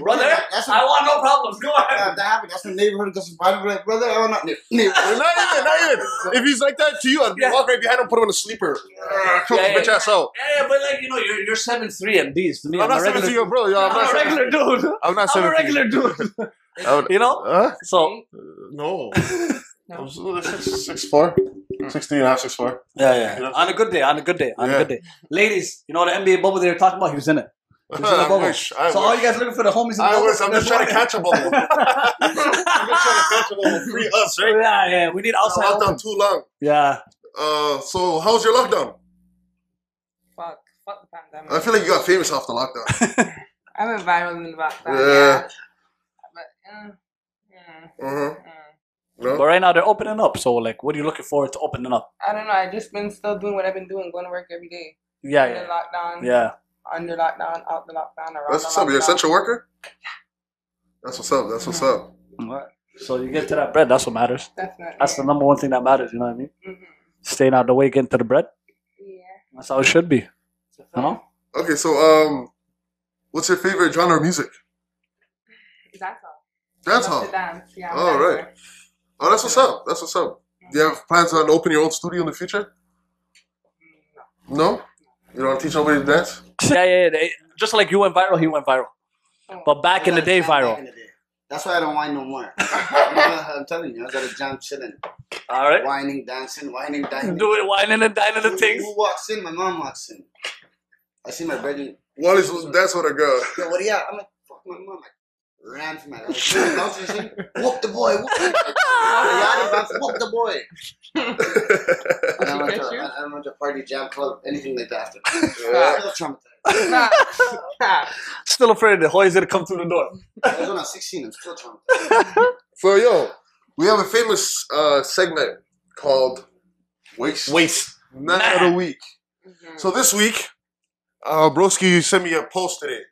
brother,
That's what-
I want no problems. Go
Yeah,
ahead.
that happened. That's the neighborhood gossip. I'd be like, brother, I want not. Yeah,
Not even, not even. If he's like that to you, I'd
Yeah.
walk right behind him, put him in a sleeper, yeah, choke
Yeah,
his bitch
yeah.
ass out.
Yeah, yeah, but like, you know, you're, you're 7'3 and these to me.
I'm
I'm,
not
a
seventeen,
regular,
year bro. Yo, I'm,
I'm
not
a regular dude.
I'm not
I'm a
seventeen.
regular dude.
I would-
You know?
Huh?
So,
No.
No.
Six, six, four, six, three and a half, six, four.
Yeah, yeah.
You know?
On a good day, on a good day, on
Yeah.
a good day. Ladies, you know the NBA bubble they were talking about? He was in it. He was in the
I
bubble.
wish. I
so all
wish.
you guys looking for the homies in the
I
bubble?
was. I'm just trying to catch a bubble. I'm just trying to catch a bubble. Free us, right?
Oh, Yeah, yeah. We need outside.
Lockdown
open.
too long.
Yeah.
Uh, so how was your lockdown?
Fuck. Fuck the pandemic.
I feel like you got famous off the lockdown.
I went viral in the background.
Yeah.
Yeah. But, mm, mm,
Uh-huh.
mm.
But
No?
right now they're opening up. So like, what are you looking forward to opening up?
I don't know. I just been still doing what I've been doing, going to work every day.
Yeah,
Under
yeah,
lockdown.
yeah.
Under lockdown. Out the lockdown. Around
That's
the
what's up. You're an
lockdown.
essential worker. That's what's up. That's what's up.
So you get to that bread. That's what matters.
Definitely.
That's the number one thing that matters. You know what I mean?
Mhm.
Staying out the way, getting to the bread.
Yeah.
That's how it should be. You know?
Okay, so um, what's your favorite genre of music?
That's all.
That's
Love
all.
to dance. Yeah.
All
that's
right. Oh, that's what's up. That's what's up. Do you have plans on opening your own studio in the future?
Mm,
No. You don't want to teach nobody to dance?
Yeah, yeah, yeah. They- just like you went viral, he went viral.
all.
But back in the day,
Back in
viral.
the day. That's why I don't whine no more. I'm telling you, I gotta jump chilling.
All right.
Whining, dancing, whining, dancing.
Do it, whining and dining and things.
Who walks in? My mom walks in. I see my brother.
Wally's dance with a girl.
Yo, what do you have? I'm like, fuck my mom. I ran for my life. You know, bouncing thing, Whoop the boy. Whoop the boy. Whoop the boy. And I went to,
Pikachu?
I I went to party, jam club, anything like that. After.
Yeah.
I was traumatized.
Stop. Stop.
Still afraid the hoy's gonna come through the door.
I was when I was 16. I'm still traumatized.
So yo, we have a famous uh, segment called Waste
Waste.
Man of the Week. So this week, uh, Broski sent me a post today.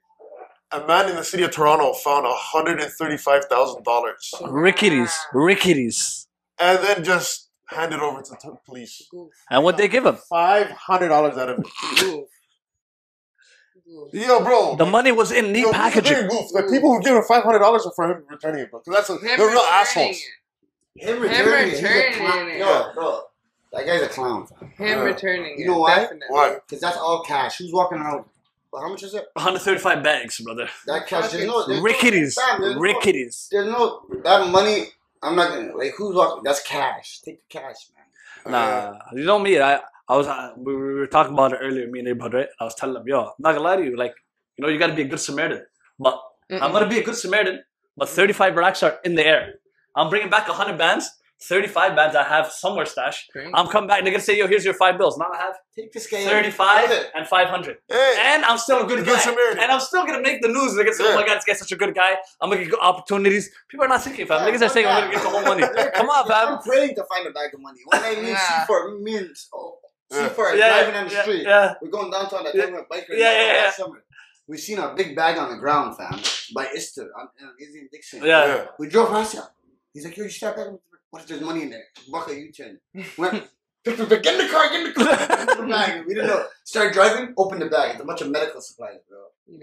A man in the city of Toronto found hundred and thirty-five thousand dollars,
Rickities. Rickities.
and then just handed over to the police.
And what they give him?
Five hundred dollars out of it.
Oof. Oof.
Yo, bro.
The money was in neat
yo,
packaging.
you're being goofed. The people who give him five hundred dollars are for him returning it, bro. 'Cause that's a,
Him
they're real
returning
assholes.
Him returning. it, he's a
returning
clown.
it.
Yo, bro. That guy's a clown.
it. Him
Yeah.
returning
You
it,
know why?
definitely.
Why?
Because that's all cash. Who's walking around? Well, how much is it?
135 bags, brother.
That cash. There's no, there's
Rickities.
No, Fam, there's no-
Rickities.
There's no that money. I'm not gonna like who's walking. That's cash. Take the cash, man.
Nah, you know me. I I was uh, we, we were talking about it earlier, me and Abud, right? I was telling them, yo, I'm not gonna lie to you, like you know, you gotta be a good Samaritan. But I'm gonna be a good Samaritan. But 35 racks are in the air. I'm bringing back 100 bands, 35 bands I have somewhere stash.
Great.
I'm coming back and they're gonna say, yo, here's your five bills. Now I have
Take this guy.
35 and 500.
Hey,
And I'm still a good,
Good
guy.
Samaritan.
And I'm still gonna make the news. They're gonna say,
Yeah.
oh my god, this guy's such a good guy. I'm gonna get good opportunities. People are not thinking, fam.
Yeah,
Niggas are
fuck
saying I'm
that.
gonna get the whole money. Come on,
I'm
fam.
praying to find a bag of money. What I mean,
Yeah.
see for mint. Oh, see
Yeah.
for
Yeah,
driving on the
yeah,
street.
yeah.
We're going downtown. That
Yeah.
time we were biking.
Yeah, yeah,
last Summer. We seen a big bag on the ground, fam, by Easter on on Easy Dixon.
Yeah.
yeah.
We drove past him. He's like, "Yo, you stop that! What if there's money in there? Buck a U-turn." Went, "Pick, pick, pick, get in the car, get in the car, get in the bag." We didn't know. Start driving. Open the bag. It's a bunch of medical supplies, bro.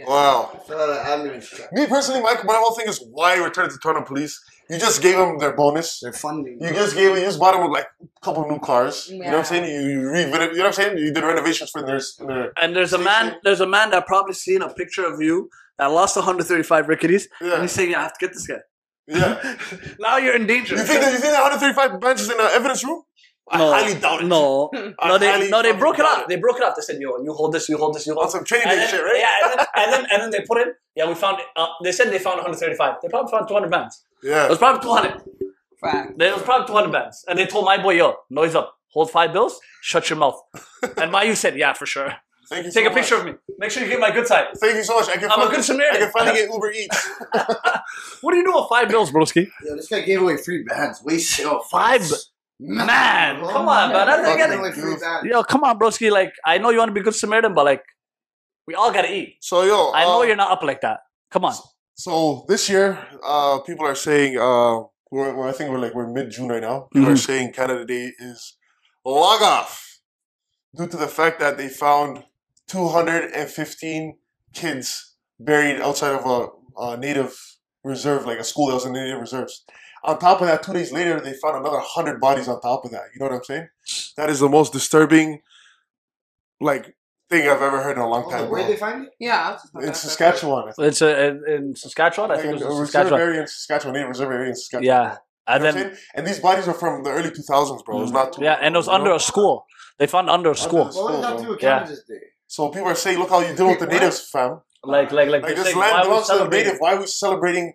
Wow.
Uh, I'm gonna check.
Me personally, my, my whole thing is why return to Toronto Police. You just gave them their bonus.
They're funding.
You just gave you just bought them like a couple new cars. You know what I'm
Yeah.
saying? You you, revented, you know what I'm saying? You did renovations for their, their
And there's a
Six
man.
feet.
There's a man that probably seen a picture of you that lost 135 ricketies, and
yeah
he's saying, "Yeah, "I have to get this guy."
yeah.
Now you're in danger.
you think that you think that 135 bench is in the evidence room? I
no,
highly doubt it.
No,
I
no, they
highly
no, they
fucking
broke it
doubt
up. They broke it up. They said, "Yo, you hold this, you hold this, you
On
hold." This.
some training
And
day
then,
shit, right?
Yeah, and then, and then and then they put in. Yeah, we found. Uh, they said they found 135. They probably found 200 bands. It
Yeah.
was probably 200.
Fact.
There was probably 200 bands, and they told my boy, "Yo, noise up, hold five bills, shut your mouth." and Mayu said, "Yeah, for sure.
Thank you.
Take
so
a picture
much.
of me. Make sure you get my good side."
Thank you so much. I can.
I'm a
finally-
good Samaritan.
I can finally get Uber Eats.
What do you do with five bills, broski?
Yo, this guy gave away free bands. Waste yo,
Five. Man, come on, man. That's- I
Fucking
get it.
away free bands.
Yo, come on, broski. Like, I know you want to be a good Samaritan, but like, we all gotta eat.
So yo,
I know
uh,
you're not up like that. Come on.
So this year, uh, people are saying uh, we're, we're, I think we're like we're mid June right now. People are
Mhm.
saying Canada Day is log off due to the fact that they found 215 kids buried outside of a, a native reserve, like a school that was in native reserves. On top of that, two days later, they found another 100 bodies on top of that. You know what I'm saying? That is the most disturbing, like thing I've ever heard in a long
Oh,
time.
where
bro.
they find it?
Yeah, I was just
In
about to-
Saskatchewan, I think.
It's uh in, in Saskatchewan. I think it
Like
was
a
in
reserve
Saskatchewan.
area in Saskatchewan. Native reserve area in Saskatchewan. You
Yeah, And
know what I'm
then Mm.
saying? and these bodies are from the early 2000s, bro. It's not too
yeah, and it was
you know?
under a school. They found under a school.
the
What did that do with
Yeah.
Canada's Day?
So people are saying, look how you deal with the
What?
natives, fam.
Like like like,
Like
they're
this
saying, why
land
are we
belongs to the
celebrating?
native. Why are we celebrating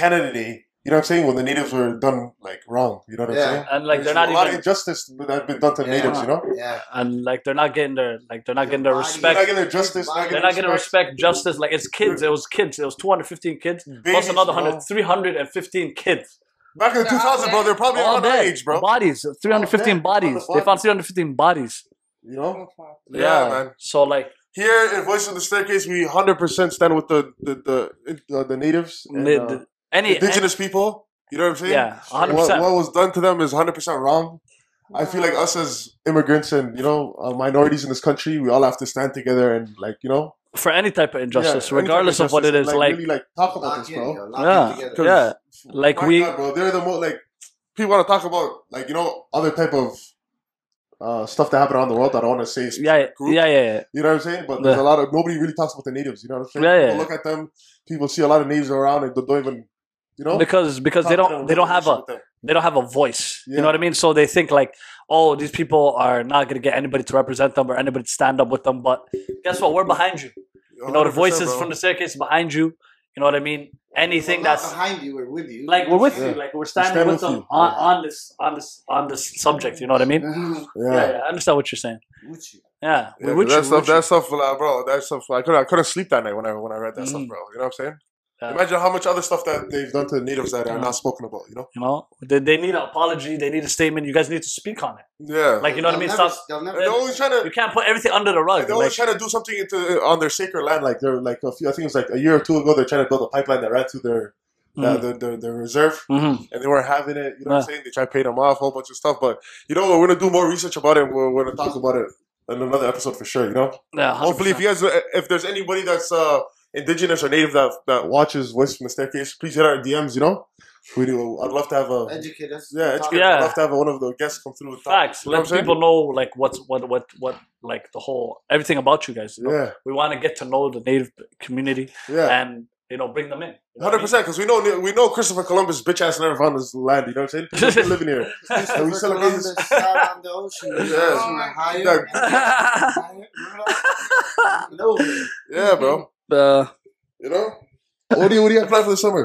Canada Day? You know what I'm saying? When the natives were done like wrong, you know what
Yeah.
I'm saying?
And like
There's
they're not
a lot
even
of injustice that has been done to the
Yeah.
natives. You know,
Yeah.
and like they're not getting their like they're not getting their
Their bodies.
they're
respect.
not getting their justice.
They're not getting respect justice. Like it's kids. It was kids. It was 215 kids plus
Babies,
another
bro.
100, 315 kids.
Back in the
They're all
2000s, bro,
dead.
they're probably
All
all
dead.
age, bro.
Bodies. 315
dead.
bodies.
All the
They found 315 bodies.
You know,
Oh, fuck.
Yeah, man.
So like
here in Voice of the Staircase, we 100% stand with the the the, uh, the natives, and,
the-
uh,
the- any
indigenous people. You know what I'm
any-
saying?
yeah, 100.
What,
percent
what was done to them is 100% wrong. I feel like us as immigrants and you know uh, minorities in this country, we all have to stand together and like you know,
For any type of
yeah,
injustice,
any type
regardless of what it
justice,
is, like
really, like talk about
Lock
this,
in, yo.
bro.
Lock
Yeah.
in together.
'Cause,
Yeah. Like
my
we-
God, bro, they're the most like people want to talk about like you know other type of uh, stuff that happened around the world. I don't want to say,
yeah, yeah,
group.
yeah, yeah,
you know what I'm saying? But there's
Yeah.
a lot of nobody really talks about the natives. You know what I'm saying?
Yeah, yeah,
People
yeah.
look at them. People see a lot of natives around and they don't even, you know,
because because
talk
they
to
don't
them,
they don't have a
with them.
they don't have a voice. You
Yeah.
know what I mean? So they think like, oh, these people are not gonna get anybody to represent them or anybody to stand up with them. But guess what? We're behind you. You know, the
100%,
voices
bro.
from the staircase behind you. You know what I mean? Anything
We're not
that's
behind you, we're with you.
like we're with
Yeah.
you, like we're standing
stand
with
with
them
you.
on, on this on this on this subject. You know what I mean? Yeah,
yeah.
yeah, I understand what you're saying.
with you.
Yeah,
Yeah,
we're with
'cause that
you, we're
stuff,
with you.
that stuff, like, bro, that stuff. I couldn't, I couldn't sleep that night when I when I read that stuff,
Mm.
bro. You know what I'm saying?
Yeah.
Imagine how much other stuff that they've done to the natives that are
Yeah.
not spoken about. You know?
You know, they, they need an apology. They need a statement. You guys need to speak on it.
Yeah.
Like you know what I mean?
They'll never-
Stop.
they'll never-
And they're always trying to.
You can't put everything under the rug.
They're always
Like,
trying to do something into uh, on their sacred land. Like they're like a few, I think it was like a year or two ago. They're trying to build a pipeline that ran through their uh,
Mhm.
their, their, their reserve,
Mhm.
and they weren't having it. You know what
Yeah.
I'm saying? They tried to pay them off, a whole bunch of stuff. But you know what? We're gonna do more research about it. We're, we're gonna talk about it in another episode for sure. You know?
yeah,
Hopefully,
100%.
if you guys, if there's anybody that's uh, indigenous or native that that watches Voice from the Staircase, please hit our DMs. You know, we do. I'd love to have a
Educate us.
yeah,
Talk-
educate, I'd
Yeah.
love to have one of the guests come through. and talk.
facts.
You know
Let
what I'm
people know like what's what what what like the whole everything about you guys. you know?
Yeah,
We want to get to know the native community
yeah,
and you know bring them in. You know what I
hundred percent. Because we know we know Christopher Columbus bitch ass never found his land. You know what I'm saying? He's been living here. And we
Christopher
celebrate
Columbus
his
sat on the ocean.
Yeah.
Ocean went higher
Yeah.
and higher. Remember that? No way.
yeah, bro.
mean? Uh,
You know. What do you what do you have planned for the summer?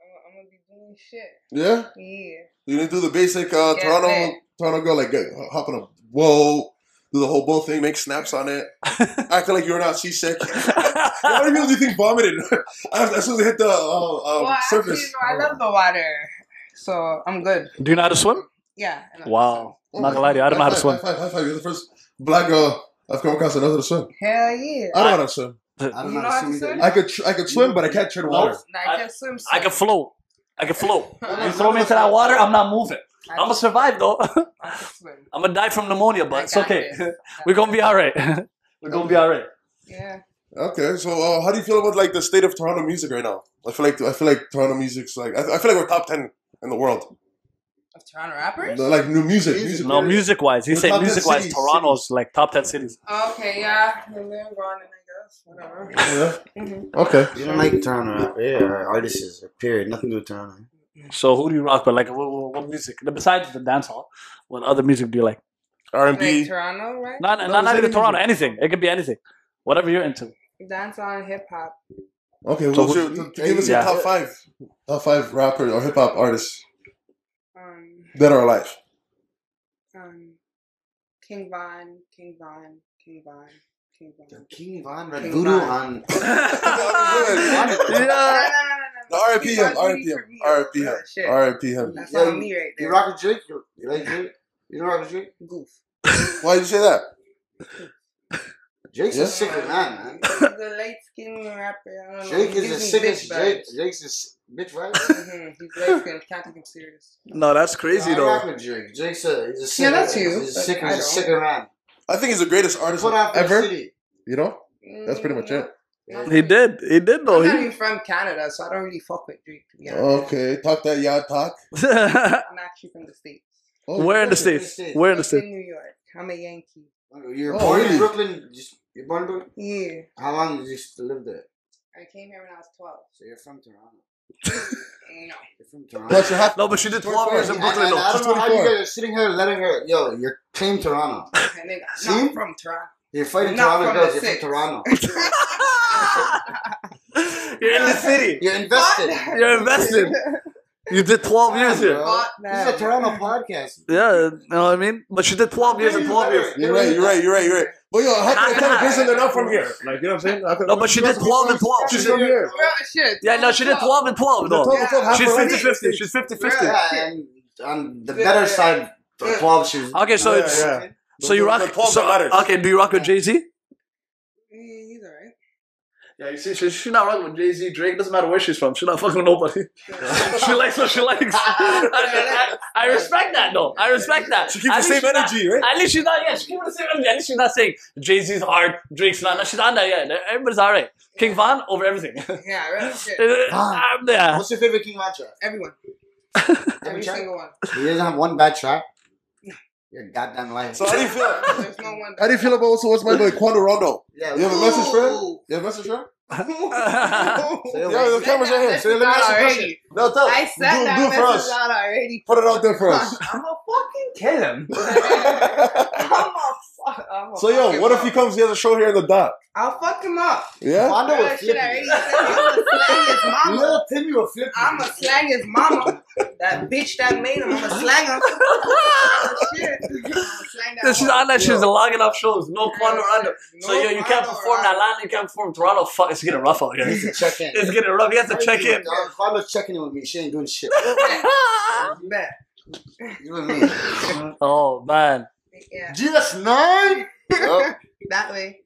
I'm, I'm gonna be doing shit.
Yeah,
Yeah.
you gonna do the basic uh,
Yeah,
Toronto
man.
Toronto girl like get, hop on a whoa, do the whole bowl thing, make snaps on it, acting like you were not seasick. How many people do you think vomited after, as soon as they hit the uh, um,
well, actually,
surface?
you know, I love the water, so I'm good.
Do you know how to swim?
Yeah. I know.
Wow.
Oh
Not
my
gonna lie to you, I don't know how to
High
swim.
five, High five, high five. You're the first black girl I've come across that knows how to swim.
Hell yeah.
I don't know how to swim.
I
You
don't
know
know how
how to
to swim
swim?
either.
I could tr- I could swim, but I can't tread water.
Nah, I, can swim.
Uh, I
swim.
can float. I can float.
I
You throw me into that water, I'm not moving.
I
I'm gonna
can-
survive though.
I can swim.
I'm gonna die from pneumonia,
I
but it's
got
okay.
this.
We're gonna be all right. We're gonna be all right.
Yeah.
Okay, so uh, how do you feel about like the state of Toronto music right now? I feel like I feel like Toronto music's like I, I feel like we're top ten in the world.
Of Toronto rappers?
No, Like new music, music.
No, music wise, he
We're
said
top ten
music wise,
cities,
Toronto's like top ten cities.
Okay, yeah. And then gone, and I guess whatever.
Yeah.
Mhm.
Okay.
You don't like Toronto, yeah, or artists, or period. Nothing to do with Toronto.
So who do you rock? But like, what, what, what music besides the dance hall? What other music do you like?
R and
Like
B.
Toronto, right?
Not
No,
not, not
say
even
anything.
Toronto. Anything. It could be anything. Whatever you're into.
Dance on hip hop.
Okay,
So
what's
who-
your, to- to give us
Yeah.
your top five, top five rapper or hip hop artists
Um,
that are alive.
um, King Von, King Von, King Von, King Von.
King Von Red
King
Voodoo
Von.
on.
R
Oh, No,
Yeah.
no, no, no, no.
and P
King Von's
him, R and
really
P
for
him,
me.
R and P him,
Oh, shit.
R and P him.
That's
Yeah,
on me right
You
there.
rock with Drake? You you like Drake? You don't rock with Drake?
Goof.
Why did you say that?
Drake's
Yeah.
a sick man, man.
He's a light skinned rapper. I don't know.
Drake
He
is the
gives me
sickest.
bitch
Drake,
vibes.
Drake's a s- bitch, right?
Mhm, He's light skinned. Can't take him serious.
No, that's crazy
I rock with Drake. Drake's a, he's a sick
Yeah, that's you.
He's a sick, he's
I
a
don't.
sicker man.
I think he's the greatest artist
Put out for the
ever.
city.
You know, that's pretty
Mm,
much
no.
it.
Not
He
really.
did. He did though.
I'm not
He.
even from Canada, so I don't really fuck with Drake. To be honest.
Okay, talk that yad talk.
I'm actually from the states.
Oh,
Where in the
Where's the
states?
state?
Where in the
Brooklyn,
states?
New York. I'm a Yankee.
You're
Oh,
born
really?
in Brooklyn. Just, you're born in Brooklyn.
Yeah,
How long did you live there?
I came here when I was 12.
So you're from Toronto. You're from Toronto.
But you have
No, but she did 12 years in
And- and
Brooklyn,
I
though.
don't know how you
24.
guys are sitting here letting her. Yo, you're claim Toronto.
And then,
See?
not from Toronto.
You're fighting
Not
Toronto
from
girls.
the
You're
six.
from Toronto.
You're in the city.
You're invested.
You're invested. You did 12 years here.
Bro,
man.
This is a Toronto podcast.
Yeah, you know what I mean? But she did 12 years in 12 years.
You're right, you're right, you're right, you're right. But yo, how can I tell a person they're not from here? Like, you know what I'm saying? How can-
No, but she did 12 and 12. She
She's
did,
from here.
Bro, shit.
yeah, no, she did 12 and 12, though.
Twelve, twelve, half
She's
her life.
50 50. She's 50 50.
Yeah, and on the better side, the 12 shoes.
Okay, so
Yeah,
it's.
yeah.
So you
The-
rock.
the 12
so, uh,
that matters.
okay, do you rock with Jay Z?
Mm, He's alright.
Yeah, you see, she's she not rocking with Jay Z, Drake. Doesn't matter where she's from. She's not fucking with nobody. she likes what she likes. I, I- I respect that, though. I respect that.
She keeps the
At least
same
she's not-
energy, right?
At least she's not. Yeah, she keeps the same energy. At least she's not saying Jay Z's hard, Drake's not. No, She's on that. Yeah, everybody's all right. King Von over everything.
Yeah, real shit.
I'm there.
What's your favorite King Von track?
Everyone. Every
track?
single one.
He doesn't have one bad track. Your goddamn life.
So how do you feel?
There's no one.
How do you feel about also what's my boy Quando Rondo?
Yeah,
You have a message for him?
Ooh.
You have a message for him?
Say it
Yeah, the
once.
camera's right here.
Said
So let me ask you a
that
question.
already.
No, tell.
I said
do,
that
do it for
message
us.
out already.
Put it out there for us.
I'm a fucking
Kill him.
I'm a fuck. I'm a
So yo,
fucking
what if he
fuck.
comes? He has a show here in the dot.
I'll fuck him up.
Yeah.
Rondo
Girl,
was
shit,
flipping.
I
you.
already said I'm a slang his mama.
Little Timmy was flipping.
I'm a slang his mama. That bitch that made him. I'm a slang her. Shit. I'm a slang that
She's
hoe.
on that. She's logging off shows. No Quando Rondo. So
No
yo, you can't
Quando
perform that
Rondo.
line. You can't perform Toronto. Fuck, it's getting rough out
He's
here.
a check in.
It's getting rough. You have to check in.
Rondo's checking in with me. She ain't doing shit.
Bet.
You and me.
Oh man.
Yeah.
GS9?
Yep.
That way.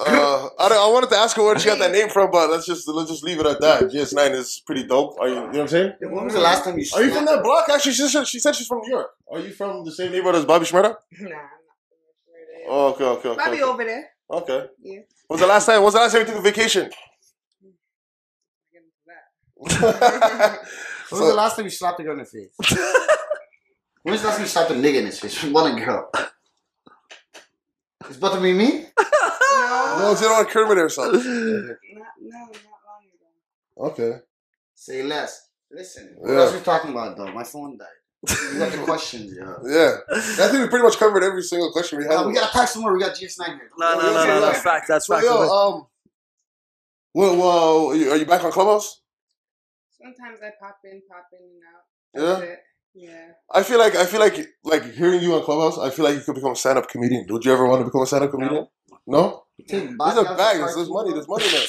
Uh, I, don't- I wanted to ask her where she got that name from, but let's just let's just leave it at that. GS9 is pretty dope. Are you, you know what I'm saying?
When was the last time you
Are you from that block? Actually, she said, she said she's from New York. Are you from the same neighborhood as Bobby Shmurda?
Nah, I'm not sure it is.
Oh, okay, okay, okay.
Probably
okay.
over there.
okay.
Yeah.
When's the last time? When's the last time you took a vacation?
When was the last time you slapped a girl in the face? when was the last time you slapped a nigga in his face? One a girl. It's about to be me?
no, it's not on Kermit or something.
Not, no, not long ago.
Okay.
Say less. Listen, what
Yeah.
else we talking about though? My phone died. You got the questions, yeah.
Yeah. I think we pretty much covered every single question we had.
Uh, we gotta talk some more. We got GS9 here.
No, no, no, no, that's fact. That's
so,
fact.
yo, um, well, well, are you- are you back on Clubhouse?
Sometimes I pop in, pop in and out. That's
Yeah.
it. Yeah.
I feel like I feel like like hearing you on Clubhouse. I feel like you could become a stand-up comedian. Would you ever want to become a stand-up comedian? No.
Take
There's
Bobby
a
out
bag.
for
There's, there's
cartoon,
money.
bro.
There's money in there.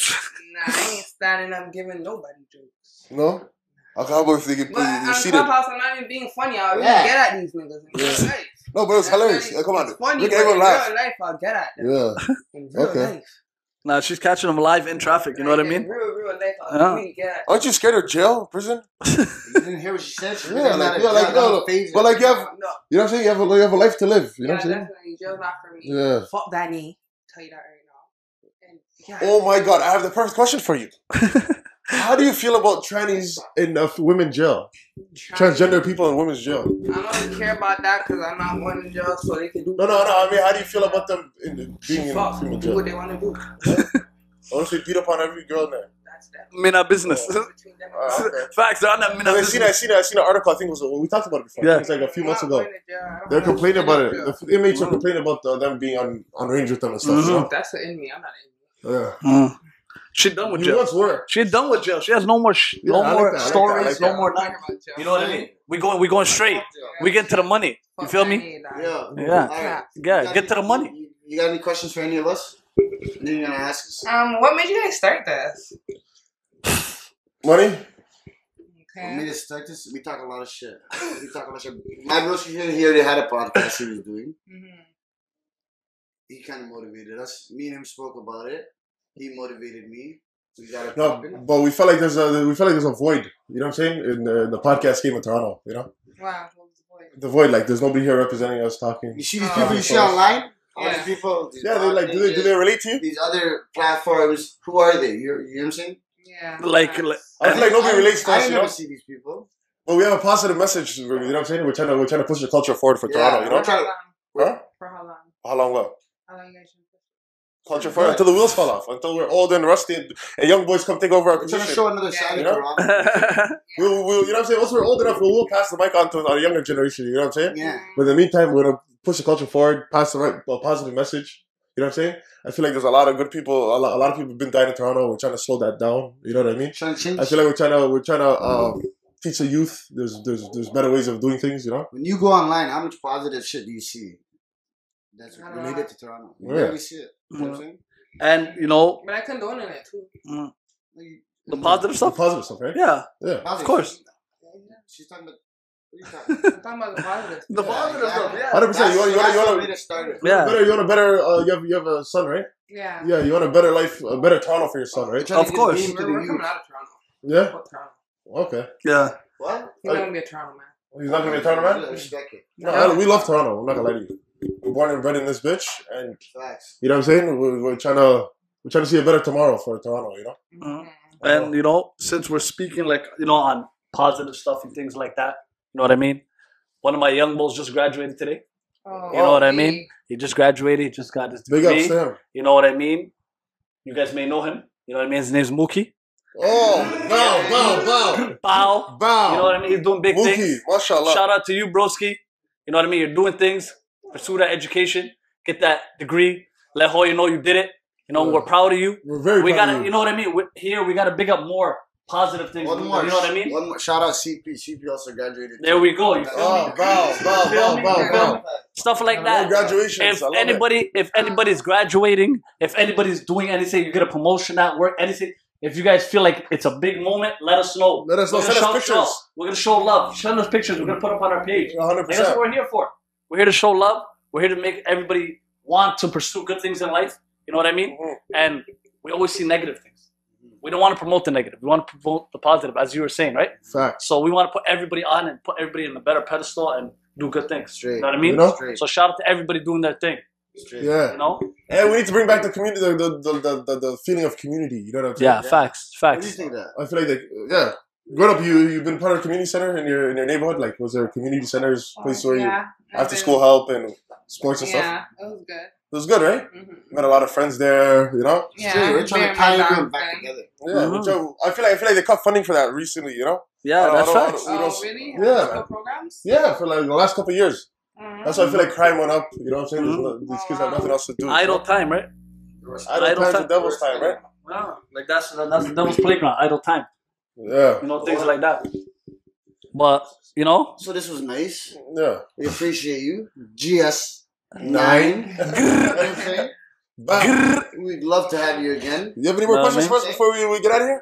Nah, I ain't standing up giving nobody jokes.
No. Okay, how about if they get
But
you-
on
you're seated?
Clubhouse, I'm not even being funny. I'll really
Yeah.
get at these niggas. in real
Yeah.
life.
No, but it was
That's
hilarious.
funny.
Yeah, come on,
It's
dude.
funny,
Look
but
at everyone
in
laugh.
real life, I'll get at them.
Yeah.
In real
Okay.
life.
Nah, she's catching them live in traffic. You know what I
Like, In
mean?
real, real life, I'll
Yeah.
really get at
Aren't you scared of jail, prison?
You didn't hear what she said? She
Yeah,
really
like-
got it.
yeah, like,
Yeah,
no,
I'm
no.
phased.
But like you have,
them. No,
you know what I'm saying. You have a you have a life to live. You know
yeah,
what I'm saying?
definitely. Jail's not for me.
Yeah.
Fuck that knee. Tell you that right now. And yeah.
Oh my God, I have the perfect question for you. How do you feel about trannies in uh, women jail? Transgender people in women's jail.
I don't care about that because I'm not one in jail, so they can do.
No, no, no. I mean, how do you feel about them in, being in
Fuck,
women's
do
jail?
what they want to do.
Honestly, beat up on every girl there.
That's them.
Mina business.
Between them and
Uh,
us.
okay.
Facts. They're on that Mina
I seen, I
business.
seen, I seen an article. I think it was we talked about it before.
Yeah.
Yeah. It's like a few
I'm
months
not
ago.
going to jail. I don't
They're
wanna
complaining
be in
about it.
jail.
The f- inmates are complaining about uh, them being on on range with them and stuff. you
That's the enemy. I'm not an
know? Yeah.
Mm. She done with
You
jail.
once were.
She done with jail. She has no more, sh-
Yeah,
no
I like
more
that, I like
stories.
that, I like
no
that.
more.
enemy. Talking about jail.
You know what I mean? We going, we going straight. We get to the money. You
Fuck
feel
that
me?
knee, dog.
Yeah.
Yeah.
Alright. You
Yeah.
got
Get to
any-
the money.
You, you got any questions for any of us? Anything you gonna ask us?
Um, what made you guys start this?
Money.
When we just start this, we talk a lot of shit. We talk a lot of shit. My broski here, he already had a podcast he was doing.
Mhm.
He kind of motivated us. Me and him spoke about it. He motivated me. We got it
No,
popping.
but we felt like there's a we felt like there's a void. You know what I'm saying? In the, in the podcast game in Toronto, you know,
Wow, what was the point?
the void. Like there's nobody here representing us
You
talking.
see these
Uh,
people you see
so-
online? All
Yeah.
these people. these
Oh. Yeah, they like do they do they relate to you?
These other platforms, who are they? You're, you know what I'm saying?
Yeah.
Like,
facts.
like
I feel like nobody
I-
relates to
I
us. You
never
know?
see these people.
But we have a positive message. You know what I'm saying? We're trying to we're trying to push the culture forward for
Yeah.
Toronto. You know?
trying
For
to-
how long?
Huh?
For how long?
How long? What?
How long you guys been
Culture first until the wheels fall off, until we're old and rusty, and, and young boys come take over our
I'm trying to
position.
show another side
You
of
know?
Toronto.
We'll, we'll, you know what I'm saying? Once we're old enough, we'll, we'll pass the mic on to our younger generation. You know what I'm saying?
Yeah.
But in the meantime, we're gonna push the culture forward, pass the right a positive message. You know what I'm saying? I feel like there's a lot of good people. A lot, a lot of people have been dying in Toronto. We're trying to slow that down. You know what I mean?
Trying to change.
I feel like we're trying to we're trying to um, teach the youth. There's there's there's better ways of doing things. You know?
when you go online, how much positive shit do you see? That's
Not a
related
lot.
to Toronto.
Yeah.
You barely see it. You know what I'm saying?
And you know
But I condone it too.
Mm.
Like, you-
the positive
The
stuff.
positive stuff, right?
Yeah,
Yeah.
Positive.
course.
She's talking about. What are you talking
I'm talking about the positive.
the positive stuff. Yeah.
Hundred
about?
percent. You want you want you
That's the
want
way
a
to start it.
Yeah.
better you want a better. Uh, you have you have a son, right?
Yeah.
Yeah. You want a better life, a better Toronto for your son,
We're
right?
trying to get
Of course.
the game to
We're,
the
we're
youth.
coming out of Toronto.
Yeah.
Fuck Toronto.
Okay.
Yeah.
What?
You're not gonna be a Toronto man.
He's not gonna be a Toronto man.
Respect it.
No, I- we love Toronto. I'm not gonna lie to you. We're born and bred in this bitch, and
Facts.
you know what I'm saying. We're, we're trying to we're trying to see a better tomorrow for Toronto. You know.
Mhm. And you know, since we're speaking like you know on positive stuff and things like that, you know what I mean. One of my young bulls just graduated today.
Oh,
You know what I
hey.
mean? He just graduated. He just got his
Big
degree.
ups to him.
You know what I mean? You guys may know him. You know what I mean? His name's Mookie.
Oh, bow, bow,
Bow.
bow, bow.
You know what I mean? He's doing big
Mookie,
things.
mashallah.
Shout out to you, broski. You know what I mean? You're doing things. Pursue that education. Get that degree. Let Hoya know you did it. You know,
Yeah.
we're proud of you.
We're very
We
proud of
gotta, you know what I mean? we here, we gotta big up more positive things.
One
you
more.
know what I mean?
One more. Shout out CP. CP also graduated.
There we go. You feel me?
Oh, bow, bow,
Feel
bow,
me?
bow,
Feel me?
bow.
Stuff like
More
that.
graduations.
If
I love
anybody, if anybody's graduating, if anybody's doing anything, you get a promotion at work, anything. If you guys feel like it's a big moment, let us know.
it. let us know.
We're gonna
Send us
show- show.
pictures.
We're gonna show love. Send us pictures. We're gonna put up on our page.
One hundred
Like, that's what
percent.
we're here for. We're here to show love. We're here to make everybody want to pursue good things in life. You know what I mean? And we always see negative things. We don't want to promote the negative. We want to promote the positive, as you were saying, right?
Facts.
So we want to put everybody on and put everybody in a better pedestal and do good things. You
Straight.
know what I mean?
You know?
Straight.
So shout out to everybody doing their thing.
Straight.
Yeah.
You know?
And we need to bring back the community, the the, the, the, the, the feeling of community. You know what I'm saying?
Yeah, facts,
What do you
facts.
think of that?
I feel like, like yeah. Growing up, you you've been part of a community center in your in your neighborhood. Like, was there community centers, places where
Oh, yeah,
you after school help and sports and stuff?
Yeah, it was good.
It was good, right?
Mm-hmm.
Met a lot of friends there. You know.
Yeah,
Straight. We're
I'm
trying
very
to tie
much
everyone
on
back
them.
together.
Yeah,
Mhm.
which I, I feel like I feel like they cut funding for that recently. You know. I
Yeah,
don't-
that's
I don't-
facts.
I don't-
Oh, really?
Yeah.
After-school programs?
Yeah, for like the last couple of years.
Mhm.
That's why I feel like crime went up. You know what I'm saying? There's
Mhm.
no- These kids have nothing else to do.
Idle time, right?
Idle
Idle
time's
time.
the devil's time, right?
Wow. Like that's that's the devil's playground. Idle time.
Yeah,
You know, things like that. But you know,
So this was nice.
yeah.
We appreciate you. GS nine.
Bam.
We'd love to have you again.
You have any more
Nah,
questions
man.
for us before we, we get out of here?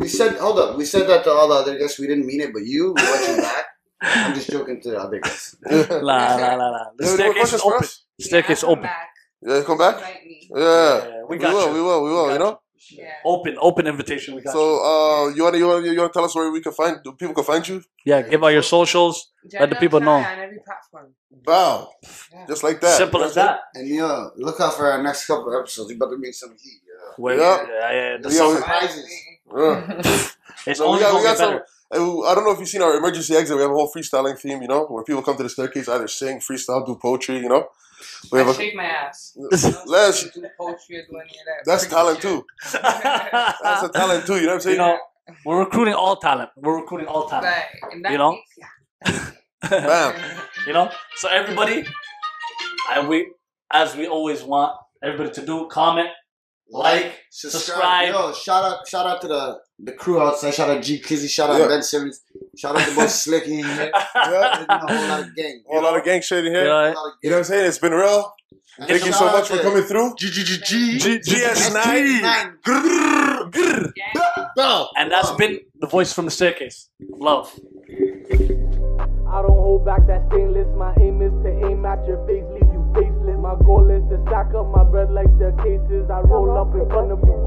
We said, hold up, we said that to all the other guests. We didn't mean it, but you, we want you back. I'm just joking to the other guests.
Yeah.
la la la la. The
You have any more questions
staircase is
for
open.
us?
Staircase
yeah, I'll
open.
Back.
Yeah, come back.
Invite me.
Yeah,
Yeah,
we
we got
will,
you.
we will, we will.
got
You know.
Yeah.
Open, open invitation. We got you.
So, uh, you wanna you wanna you wanna tell us where we can find do people can find you?
Yeah, give out your socials. Let the
Jenna
people
Chai
know.
On every platform.
Bow,
Yeah.
just like that.
Simple
You know
as that.
And yo, look out for our next couple of episodes. We about to make some heat. Yeah.
Where,
Yeah.
yeah, yeah.
The
the
Yeah,
summer-
we-
surprises.
what I'm saying? Yeah.
It's
So we
only
got, we
gonna
got
get
some.
better.
I I don't know if you've seen our emergency exit. We have a whole freestyling theme, you know, where people come to the staircase, either sing, freestyle, do poetry, you know. We
I
have a,
shake my ass.
Let's-
Do poetry or do any of that.
that's
freaky
talent
shit. Uh.
too. That's a talent too. You know what I'm saying?
you know, we're recruiting all talent. We're recruiting all talent.
Like, and that
You know?
makes- yeah.
Bam.
You know, so everybody, I we as we always want everybody to do comment. Like, subscribe.
Yo, shout out, shout out to the the crew outside. Shout out G Kizzy. Shout out
Yeah.
Ben Simmons. Shout out to both Slicky in here. There's a whole lot of gang.
A lot of gang shit in
You
here.
know,
A lot of
You know what I'm saying? It's been real.
gang.
Thank you so much for coming through.
G G G G
GS9. Bow.
and that's been the voice from the staircase. Love.
I don't hold back that stainless. My aim is to aim at your face, leave you faceless. My goal is to stack up my bread like staircases. I roll up in front of you